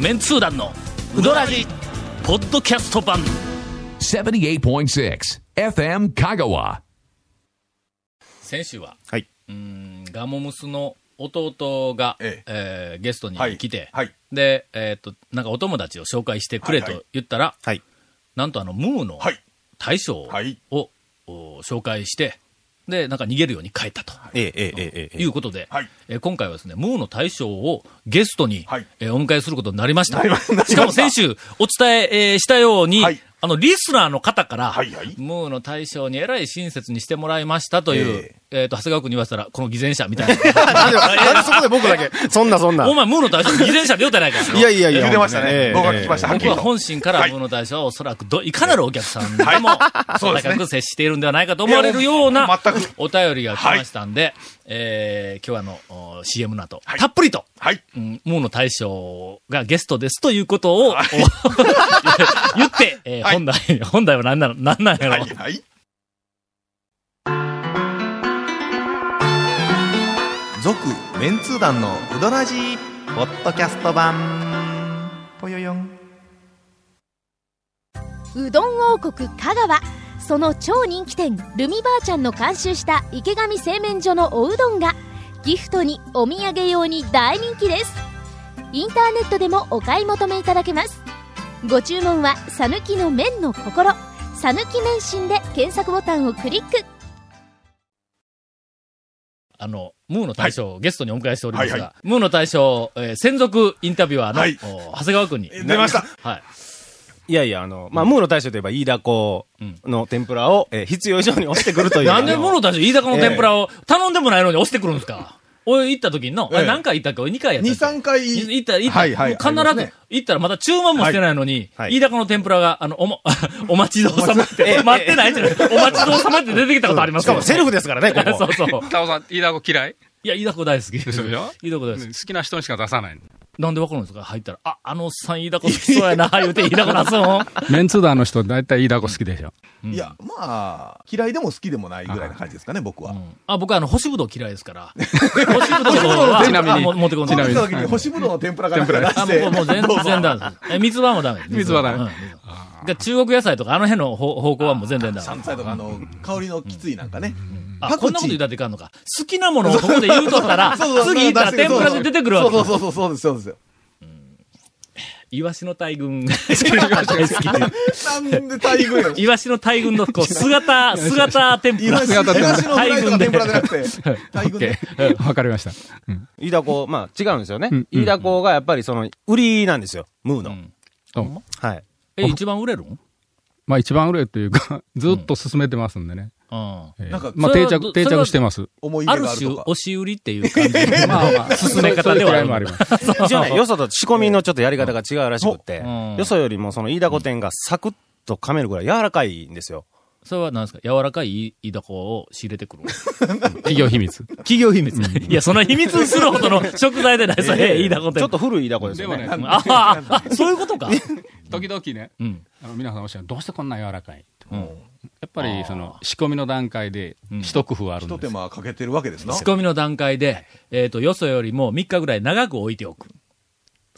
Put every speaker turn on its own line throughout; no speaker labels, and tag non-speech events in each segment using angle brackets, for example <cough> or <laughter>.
メンツー団のウドラジポッドキャスト版
78.6 FM Kagawa.
先週は
はい。
ガモムスの弟が、え
え
ーゲストに来て、
はいはい
で、えーっと、なんかお友達を紹介してくれ
はいは
と
い
言ったら、
はい。
なんとあの、ムーの
はい
大将を、
はい
お紹介して、で、なんか逃げるように帰ったと。
えええええええ
い
え。
うことで、
はい
えー今回はですね、ムーの大将をゲストに、
はい
えーお迎えすることになりました。
なりまなりました
しかも先週お伝ええーしたように、
はい
あの、リスナーの方から、
はいはい
ムーの大将にえらい親切にしてもらいましたという、え
え
っ、と、長谷川君に言わせたら、この偽善者みたいな。
<laughs> なんで、なんでそこで僕だけ。そんなそんな。
お前、ムーの大将に偽善者で言うたやないか。
いやいやいや。
言ってましたね
ええ
僕は聞きました
ええ
はっき
僕
りと
は本心から
はい
ムーの大将はおそらくど、いかなるお客さんでも、
そうですね
高く接しているんではないかと思われるよう
い
な
や全く
お便りが来ましたんで、えー今日はあのお CM の後、
はい
たっぷりと
はい。
うん、ムーの大将がゲストですということを、お <laughs> 言
<laughs>
って、えー
はい
本題、 <laughs> 本題は何なの、何なんやろ、
はい。はい。
続メンツー団のウドラジーポッドキャスト版ぽよよん
うどん王国香川その超人気店ルミばあちゃんの監修した池上製麺所のおうどんがギフトにお土産用に大人気ですインターネットでもお買い求めいただけますご注文は「さぬきの麺の心」「さぬき麺心」で検索ボタンをクリック
あの、ムーの大将をゲストにお迎えしておりますが、
はいは
ムーの大将、えー専属インタビュアーの、
はい
お長谷川くんに。
出ました。
はい。
いやいや、あの、まあ、ムーの大将といえば、飯田子の天ぷらを、えー必要以上に押してくるという。
<laughs> なんでムーの大将、飯坂の
ええ
天ぷらを頼んでもないのに押してくるんですか俺行った時にの、あれ
ええ
何回行ったっけ俺2回やったっ
二
け
三回。
い行った、行った、
はいはい
もう必
あります
ず
ね
行ったらまた注文もしてないのに、
はいはい
飯田この天ぷらが、あの、おも、 <laughs> お待ちどうさまって、待ってないじゃない、お待ちどうさまって出てきたことありま
し
す
か
よ
もセルフですからね、ここ。
<laughs> そうそう。
タオさん、飯田子嫌い
いや、飯田子大好き。
そうよ
飯田子大
好
好き。
きな人にしか出さない。
なんでわかるんですか入ったら、あ、あのおっさん飯田子好きそう
<laughs>
やな、言うて飯田子出すの。
メンツーダーの人、大体飯田子好きでし <laughs> ょ。
いや、まあ、嫌いでも好きでもないぐらいな感じですかね、僕は。
あ、僕はあの、干しぶどう嫌いです
<laughs>
から。干しぶどうは、
ちなみに
あもう持ってこん
そ
で
う
ない
来た時に干しぶどうの <laughs> 天ぷらから出
あ、
し
もう
て。
もうもう全
どうぞ
然ダメです。え、三つ葉もダ
<laughs>
メ。
三つ葉ダメ
うんで中国野菜とか、あの辺の方方向はもう全然ダメ
シャ。ンツァイとか、あの、香りのきついなんかね。
あ、
パクチー
こんなこと言うたっていかんのか。好きなものをここで言うとった
<laughs>
ら、次行ったら天ぷらで出てくるわけ。
そうそうそう、そうです、そうですよ。
イワシの大
<laughs>
群が大好きという
なんで大群やろ
イワシの大群のこう姿、姿天ぷ
イ
ら。
ワシイワシのフ <laughs> ライとか天ぷらじゃなくて、
オ
大
ッ
群
ケ
で。
ー。 <laughs> わかりました。
飯田子、まあ、違うんですよね
うん。
飯田子がやっぱりその、売りなんですよ、ムーの。
うん
はい。
え、一番売れるん
まあ一番売れというか、ずっと進めてますんでね。
うん。
ええ
なんか
まあ
それ
定
は
着、定
それは
着してます。
思い
あ
入れ
る
がある
種、
とか。
押し売りっていう感じの、まあまあ、進め方では
<laughs> それく
あ
らい
る
もあります。
一応ね、よそと仕込みのちょっとやり方が違うらしくって
うんうん、
よそよりもその飯田子店がサクッと噛めるぐらい柔らかいんですよ。
それは何ですか柔らかいイダコを仕入れてくる。
企業秘密。
企業秘密。いや、その秘密にするほどの食材でない、それ、イダコって。
ちょっと古い飯田子です
で
よ
も
ね。
ね、
ああ、あそういうことか。
時々ね、
うん。
あの皆さんおっしゃる、どうしてこんな柔らかいって
うん
やっぱりその仕込みの段階で
ん
一工夫あるん
一
で
手
す。
間かけてるわけですな。
仕込みの段階で、えっ、と、よそよりも3日ぐらい長く置いておく。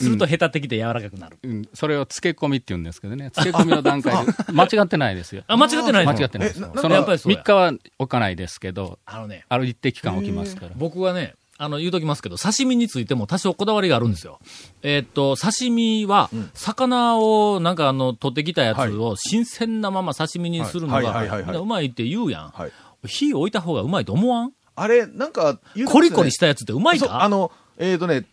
すると、へたってきて柔らかくなる。
うんそれを漬け込みって言うんですけどね、漬け込みの段 <laughs> 階で間違ってないですよ。
あ、間違ってない
間
の
違ってないです。
え
そ
な
の
なんか
やっぱりそうや
3日は置かないですけど、
あのね、
ある一定期間置きますから。
僕はね、あの、言うときますけど、刺身についても多少こだわりがあるんですよ。えーっと、刺身は、魚を、なんかあの、取ってきたやつを、新鮮なまま刺身にするの
はいはいはいはい
が、うまいって言うやん
はい。
火置いた方がうまいと思わん
あれ、なんか、言うてますね
コリコリしたやつってうまい
そうあ
か
の、えーとね
ん、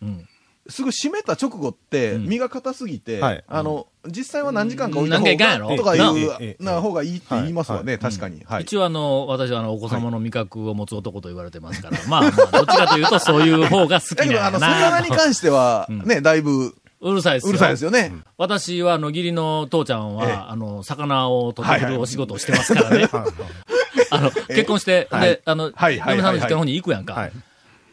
すぐ締めた直後って、
ん
身が硬すぎて
はい、
あの、実際は何時間か置いた
うん何回かやろ
方が、とかい
えええ
う、
え
な方がいいって言いますわね、確かに。はい。
一応あの、私はあの、お子様の味覚を持つ男と言われてますから、まあ、まあどっちかというとそういう方が好き
だ
なん
けど、
や
あの、
な
魚に関しては、ね、だいぶ、
うるさいですよ。
うるさいですよね。
私は、あの、義理の父ちゃんは、
ええ
あの、魚を取ってくるお仕事をしてますからね。 <laughs> あの、結婚して、で、あの、
はいは
嫁さん
い
の
はいは
実
い
家の方に行くやん
は
か
い。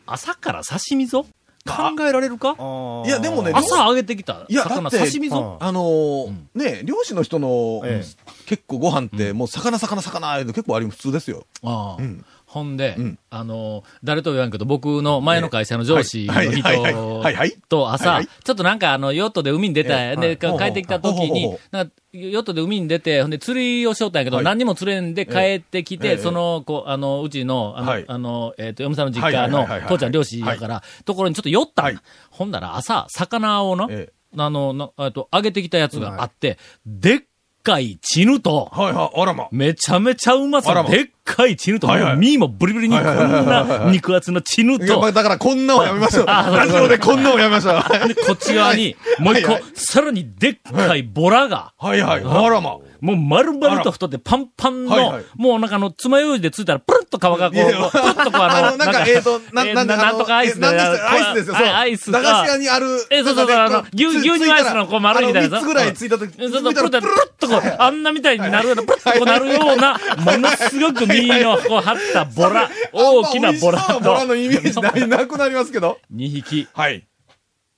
朝から刺身ぞ考えられるか
い
いやでもね
朝揚げてきた
いや
魚、
だって
刺身ぞ
あのーね、漁師の人の
ええ、
結構ご飯って、もう魚、魚、魚、いうの結構あり普通ですよ。
ああほんで、
うん
あの、誰とは言わんけど、僕の前の会社の上司の
はいはいはい
人
はいはい
と朝
はいはい、
ちょっとなんかあの、ヨットで海に出
え
た、
え
で、か
はい
帰ってきた時
ほうほう
に
ほうほ、
なんかヨットで海に出て、ほんで釣りをしよったんやけど、
はい
何にも釣れんで帰ってき
ええ
て、
ええ
その、こう、あの、うちの、あの、
はい
あのえっ、と、嫁さんの実家
は
の
いはいはいはいはい
父ちゃん漁師やから、ところにちょっと寄ったんや、
はい
ほんなら朝、魚をの、
え
あの、なえっと、揚げてきたやつがあって、でっかいチヌと、
はいはい、あらま。
めちゃめちゃうまそ
あら
う。
ま
でっかいチヌと、
はいはい
もう身もブリブリにこんな肉厚のチヌ
いやまあ
と、
だからこんなをやめましょう。
<laughs> あそうそう
ラジオでこんなをやめましょう。
でこっち側に、もう一個
はいは、
さらにでっかいボラが、
はいはい、あらま。
もう丸々と太ってパンパン
はいは
の
い、
もうなんかあの、爪楊枝でついたら、プルッと皮がこう、プ
いやいや
ルッとこうあ
あ
の、
の、なんか、えっと、な
え
んなんだ
なんとかアイス
えなんでしたアイスですよ。
こう
そう。
あアイス
駄菓子屋
が
にある。
えそうそうそう
なんかね
あの牛
つ
牛乳
ついたら
アイスのこう丸いみたいなやつ
あの三つぐらいついたとき。
そうそう、
つ
プ
いた
ル
ら
ッと、プルッとこう、あんなみたいになるような、プルッと
はい
こうなるような、ものすごく身のこう張ったボラ、
あん
大
ま
きなボラ
美味しそうなボラの
と、
イメージないなくなりますけど。
2匹、
はい。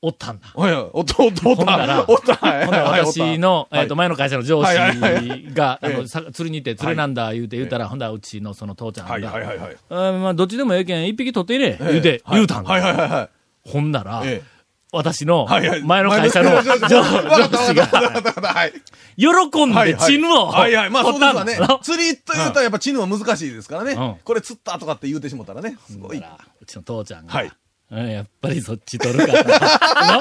おったんだ。
はいはい。おっと、おっと、おっ
ほんなら
と、おっと、はい
ほんなら
はいおっと
私の、
はい
えっと、前の会社の上司
はいはいはい
が、あ
え
の、
え
さ釣りに行って釣れなんだ言うて言うたら、ほんだらうちのその父ちゃん
はいはい
が、
はいはい。
あまあ、どっちでもええけん、一匹取っていれ、
ええ
言うて、言うたん
はい
だ。
はいはいはい。
ほんなら
ええ、
私の
はいはい。
前の会社の
前
上
の会社のわかった
上司
わかったわ
が、
かったわかった。はい。
喜んでチヌを、
はいはい。まあそう
取っ
です
た
わ
ん
ね
だ。。
釣りというとやっぱチヌは難しいですから
うん
ね。これ釣ったとかって言うてしもたらね。すごい。
だ
は
からうちの父ちゃんが、
はい
うんやっぱりそっち取る
<laughs>
から。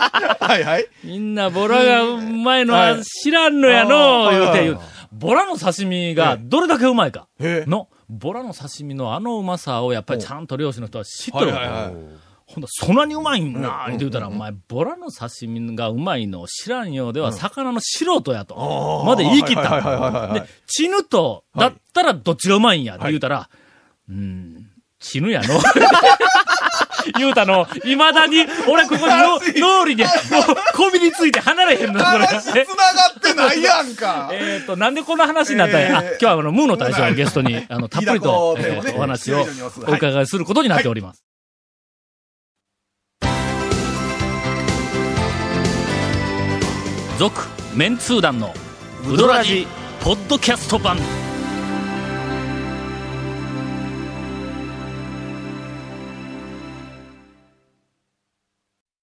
いはい。
みんなボラがうまいの
は
はい知らんのやの、
あー
言うて
はい
言
は
う。ボラの刺身がどれだけうまいか。
ええ
の、ボラの刺身のあのうまさをやっぱりちゃんと漁師の人は知っとるわけ
はいはいはい
ほんと、そんなにうまいんな、って言うたら、お前、ボラの刺身がうまいのを知らんようでは、魚の素人やと。
ー
まで言い切った。
はいはいはいはいはい
で、チヌと、だったらどっちがうまいんやって言うたら、うん、チヌや
<laughs>
の。言うたの、未だに、俺ここにの脳裏で、もう、こびりついて離れへんの、これ。
話繋がってないやんか。
えっと、なんでこんな話になったんや、
えー
あ今日はあの、ムーの大将をゲストに、あの、たっぷりと、
いいだ
え
こうでもね
ーお話を
非常におす
お伺いすることになっております。続、メンツー団の、ウドラジ、ポッドキャスト版。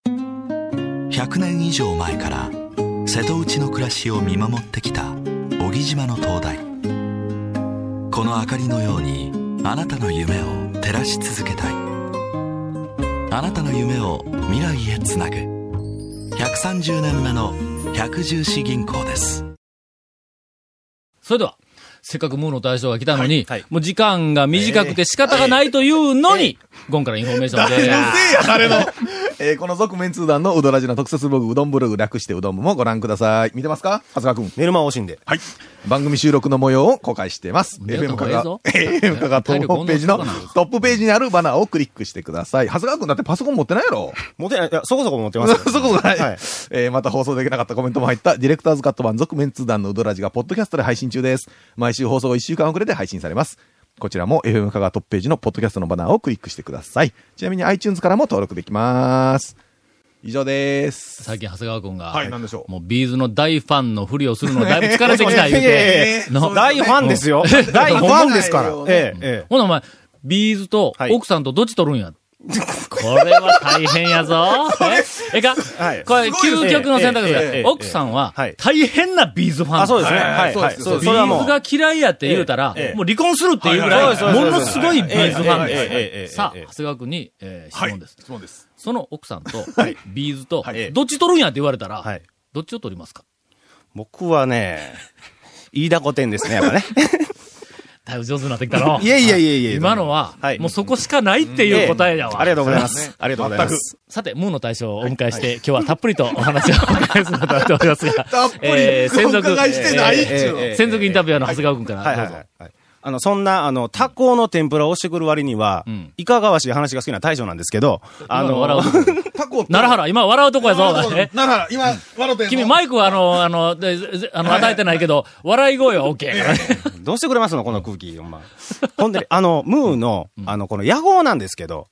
100年以上前から瀬戸内の暮らしを見守ってきた小木島の灯台この明かりのようにあなたの夢を照らし続けたいあなたの夢を未来へつなぐ130年目の百十四銀行です
それでは、せっかくムーの大将が来たのに、もう時間が短くて仕方がないというのに、ゴンからインフォメーション
誰のせい
で、
や、誰の。 <laughs> えーこの続面通談のうどラジの特設ブログ、うどんブログ略してうどん部もご覧ください。見てますか長谷川くん。
メルマ惜しんで。
はい。番組収録の模様を公開しています。
見た
FM
方
か
がええ
が
ぞ、
FM かがトップホームページのトップページにあるバナーをクリックしてください。長谷川くんだってパソコン持ってないやろ。
持てない、いや、そこそこ持ってます
<laughs> そ
よ。
そこがない。
はい
えーまた放送できなかったコメントも入った、ディレクターズカット版続面通談のうどらじが、ポッドキャストで配信中です。毎週放送1週間遅れて配信されます。こちらも FM 香川トップページのポッドキャストのバナーをクリックしてください。ちなみに iTunes からも登録できます。以上です。
最近長谷川くんが、
はいなんでしょう
もうビーズの大ファンのふりをするのだいぶ疲れてきた言う
いやいや
<laughs>
い
て
や、
の
大ファンですよ。大ファンですから。ええ、え
ほなお前、ビーズと
はい
奥さんとどっち取るん
<laughs>
や。これは大変やぞ。ええか、
はい
これ
すごい
究極の選択ですが、
ええええ
奥さんは
はい
大変なビーズファン
え。
だ
あ、そうですね。
はい
はい、
そう
は
で
い。
す
そうです
ビ
それはもう。
ーズが嫌いやって言うたら、
ええ
もう離婚するっていうぐら、
はいいはいはい
ものすごいビーズファン
はいはいはい
で
ええ
す。さあ、
ええ
長谷川君に、えー質問です。
質問です。
その奥さんと、ビーズと
はい、
どっち取るんやって言われたら
はい、
どっちを取りますか
僕はね、飯田御殿ですね、やっぱね。
だいぶ上手になってきたの。
いやいやいやいや。
今のは
は、い
もうそこしかないっていう答えやわ。
ありがとうございます。ありがとうございます。
さて、ムーの大将をお迎えして、今日はたっぷりとお話をお伺いすることになっておりますが、たっぷ
お伺いしてないっちゅうの
専属インタビュアーの長谷川君から、
はい
ど
は
う
い
ぞ。
はい。あの、そんな、あの、タコの天ぷらをしてくる割には、いかがわしい話が好きな大将なんですけど、あ
今の
の、
笑うとこ。
タコ
奈良原、今笑うとこやぞ。え
なら、今、笑ってんの
君、マイクはあの、あの、でぜあの、与えてないけど、笑い声は OK やからね。
どうしてくれますのこの空気、ほんま。ほんで、あの、ムーの、あの、この野号なんですけど、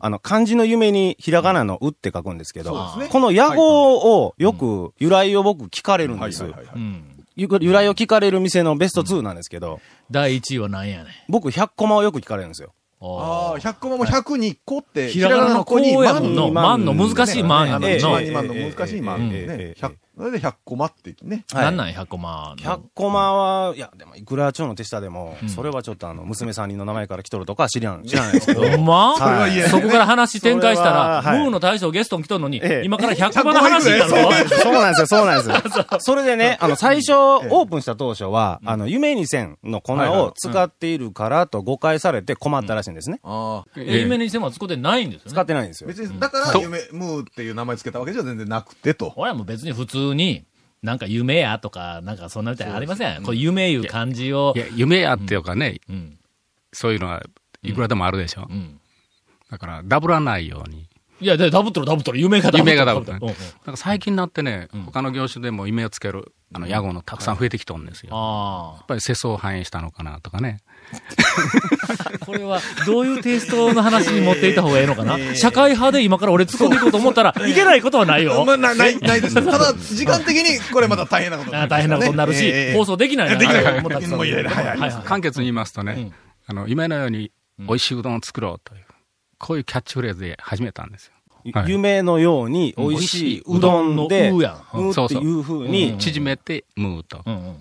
あの、漢字の夢にひらがなのうって書くんですけど、
そうですね
この野号をよく、由来を僕聞かれるんです。
うん
ゆ由来を聞かれる店のベスト2なんですけど、
第1位は何やねん。
僕100コマをよく聞かれるんですよ。
ああ、100コマも100に個って、
ひらがなの子に、
万
万の、万の難しい万やの
ね
に
1万
の。
2万の難しい万
ええ
えええ
ね
え。
100それで100コマってね。
なんなんや、100コマの。
100コマは、いや、でも、いくら町の手下でも、
うん
それはちょっとあの、娘さんにの名前から来とるとか知らん、知らないですけど。
ほんま
それは言えない
そこから話展開したら、
それははい
ムーの大将ゲストに来とんのに、
ええ
今から100コマの話になる
そう
ぞ。
そうなんですよ、そうなんですよ。それでね、あの、最初、オープンした当初は、あの、夢にせんの粉
はいはいはい
を使っているからと誤解されて困ったらしいんですね。
ああ。
え夢にしても使ってないんですよね。
使ってないんですよ。
別に、だから、夢、ムーっていう名前つけたわけじゃ全然なく
<laughs>
てと。
俺はもう別に普通に、なんか夢やとか、なんかそんなみたいなのありません。こう夢いう感じを
い。や、夢やっていうかね、
うん。
そういうのはいくらでもあるでしょ。
うん。
だから、ダブらないように。
いや、でダブっとるダブっとる。夢がダブっとる。
夢がダブっとる
うんうん
なんか最近になってね、他の業種でも夢をつける、あの、屋号のたくさん増えてきとんですよ。やっ
あ
ぱり世相を反映したのかなとかね。
あ。これは、どういうテイストの話に持っていった方がいいのかな、社会派で今から俺突っ込んでいこうと思ったら、いけないことはない
<laughs>
よ。
まあ、なない、ないです。ただ、時間的に、これまた大変なことにな
あ
りま
大
す
変
か
な
ら
ことになるし、
ええ
放送できないな、
できない
と思ったりする
もういろいろはいはい
簡潔に言いますとね、
ん
あの、夢のように美味しいうどんを作ろうという、こういうキャッチフレーズで始めたんですよ。はい
夢のように美味しいうどんで、
うん美味しいうどんのうやん
うっていうふうに、
縮めて、ムーと。
うんうんうん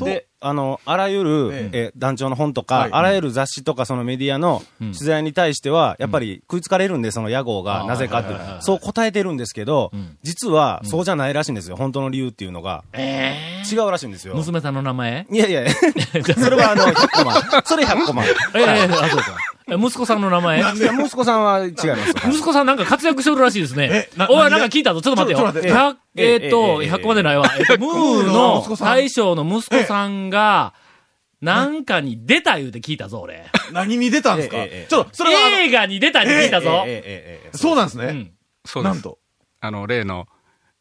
で、あの、あらゆる、
え
え
え
団長の本とか、
はい
あらゆる雑誌とか、そのメディアの取材に対しては、やっぱり食いつかれるんで、その屋号
あ
が、
ー
なぜかって
はいはいはいは、い
そう答えてるんですけど
うん、
実は、そうじゃないらしいんですよ、本当の理由っていうのが。
え
違うらしいんです
ー
よ。
娘さんの名前
いやいや、
<laughs> えー
それはあの、100コマ。それ100コマ。い
えーあ、そうか。え息子さんの名前
や、息子さんは違います。
息子さんなんか活躍してるらしいですね。
えな
おい、
何
なんか聞いたぞ。ちょっと待
ちょっ
っ
と
て
待
よ。
って
100、
え
えーっと、
ええ
100個までないわ。えっとムー
の息
の
子さん
大将の息子さんが、なんかに出た言うて聞いたぞ、俺。
何に出たんですか
ええええ
ちょっと、それは、
映画に出たって聞いた
ええ
ぞ。
ええええええ
そうなんです
う
ね。
ん。
そうで
な
す
ん。と。
あの、例の、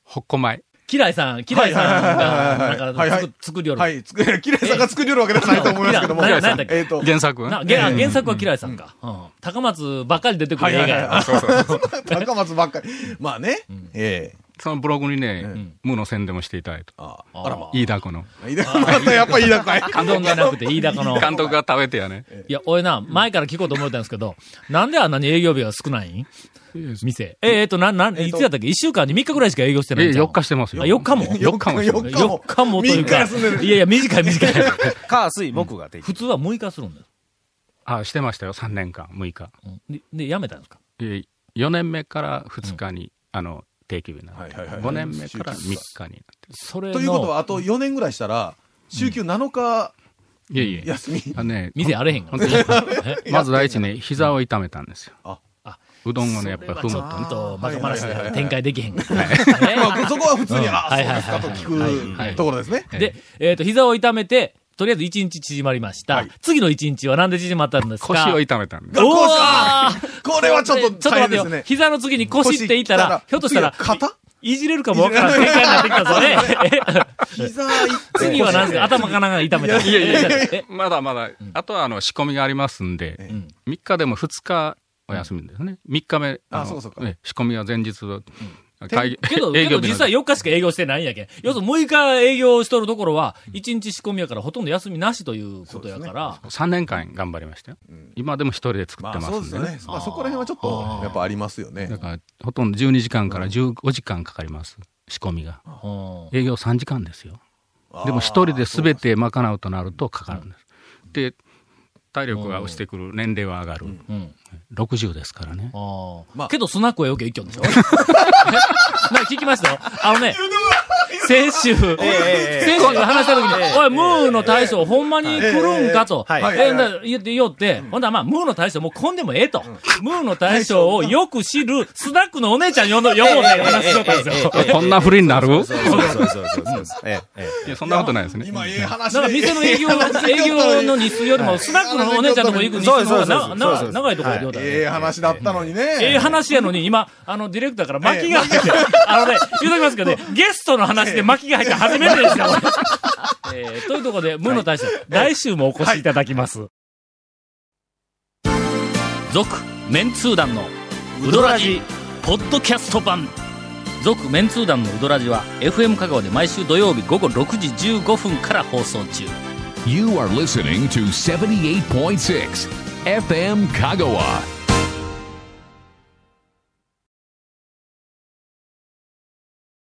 ほっこまい。
キライさん、キライさん
はいはいはい
が、
はい
な
は
ん
い
か、作りよる。
はい。つく、 <laughs> キレイさんが作りよるわけではないと思いますけども。
キライさん何やったっけ
えっと、 <laughs>
原作
な
はね
げ原作はキライさんか。うん高松ばっかり出てくる映画やな。
そうそうそう
高松ばっかり。まあね。ええ。
そのブログにね、ムーの宣伝もしていただいて。
あ
あらま
飯田子の。
飯田またやっぱ飯田かい。
うどんじゃなくて、飯田この。
監督が食べてやね。
いや、俺な、前から聞こうと思ったんですけど、なんであんなに営業日が少ないん店。えー、えっと、なん、なん、いつやったっけ ?1 週間に3日ぐらいしか営業してない
え、
んじゃん。
4日してますよ。
あ、4日
<laughs>
も
?4 日もしてます
四日
4日もというか。
三日休んでる
いやいや、短い短い。 <laughs>
火、水、木ができ
普通は6日するんです。
あ、してましたよ。3年間、6日。
うんで、で、やめたんですか
え4年目から2日に、あの、定休日になって、
はいはいはい
5年目から3日になって
それの、
ということは、あと4年ぐらいしたら、週休7日
いえいえ。
休み。
あのね、
店あれへんか
本
ら
当。に、まず第一ね、膝を痛めたんですよ。
あ
うどんをね、やっぱり踏む
ち
と
ょ
ね。
っと、バカ話
はいはいはいは
で
い
展開できへんから。ね
まあ、そこは普通に、
うん
ああ、そうです
は
か
い
と
はいはい
聞くところですね。
で、えっ、と、膝を痛めて、とりあえず1日縮まりました。次の1日はなんで縮まったんですか
腰を痛めたんです。
学校
お
かこれはちょっと
ちょっと
大変
待
で
っ
す
てよ
ね。。
膝の次に腰っていたら、ひょっとしたら、
次は肩
いじれるかもわからん展開になってきたぞね。
膝行って
次は何ですか頭かなんか痛めた。
いやいやい
え
や、まだまだ、あとはあの仕込みがありますんで、
ん
3日でも2日お休みですね。3日目、
あ
の
そうかそうか
ね仕込みは前日、会
けど、け
営業
ど
日
実は
の
4日しか営業してないんやけん。要するに6日営業しとるところは、1日仕込みやからほとんど休みなしということやから、
3年間頑張りましたよ。今でも一人で作っ
ま
て
あ、
ま
そうですす
んで
よ
ね。
ね。まあ、そこら辺はちょっと、やっぱありますよね
だ。から、ほとんど12時間から15時間かかります。仕込みが。
うん
営業3時間ですよ。でも一人で全て賄うとなるとかかるんです。で、体力が落ちてくる、年齢は上がる。
うん
60ですからね。
ああ
まあ
けど、スナックはよく行きよんでしょえなんか聞きましたよ。あのね、先週、先週話した時に、おい、ムーの大将、ほんまに来るんかと、
ええええはい
えんだ言ってよって、ほんだらまあ、ムーの大将もう来んでもええと、ムーの大将をよく知るスナックのお姉ちゃん呼んど呼ぼうって話しとったんですよ。
こんなふりになる
そうそうそうそうそうそう。ええええ
いや、そんなことないですね。
今、ええ
だ
話
から
で。
店の営業、営業の日数よりも、スナックのお姉ちゃんとこ行く日数の方がなな長いところでようだよ
ええ話だったのにね。
ええ話やのに、今、あの、ディレクターから巻きが入って、あのね、言うときますけど <laughs> ね、ゲストの話で巻きが入って初めて <laughs> ですよ、俺えーというところで、ムーの大将、来週もお越しいただきます。続、メンツー団の、ウドラジ、ポッドキャスト版。続、メンツー団のウドラジは、FM 香川で毎週土曜日午後6時15分から放送中。
You are listening to 78.6 FM 香川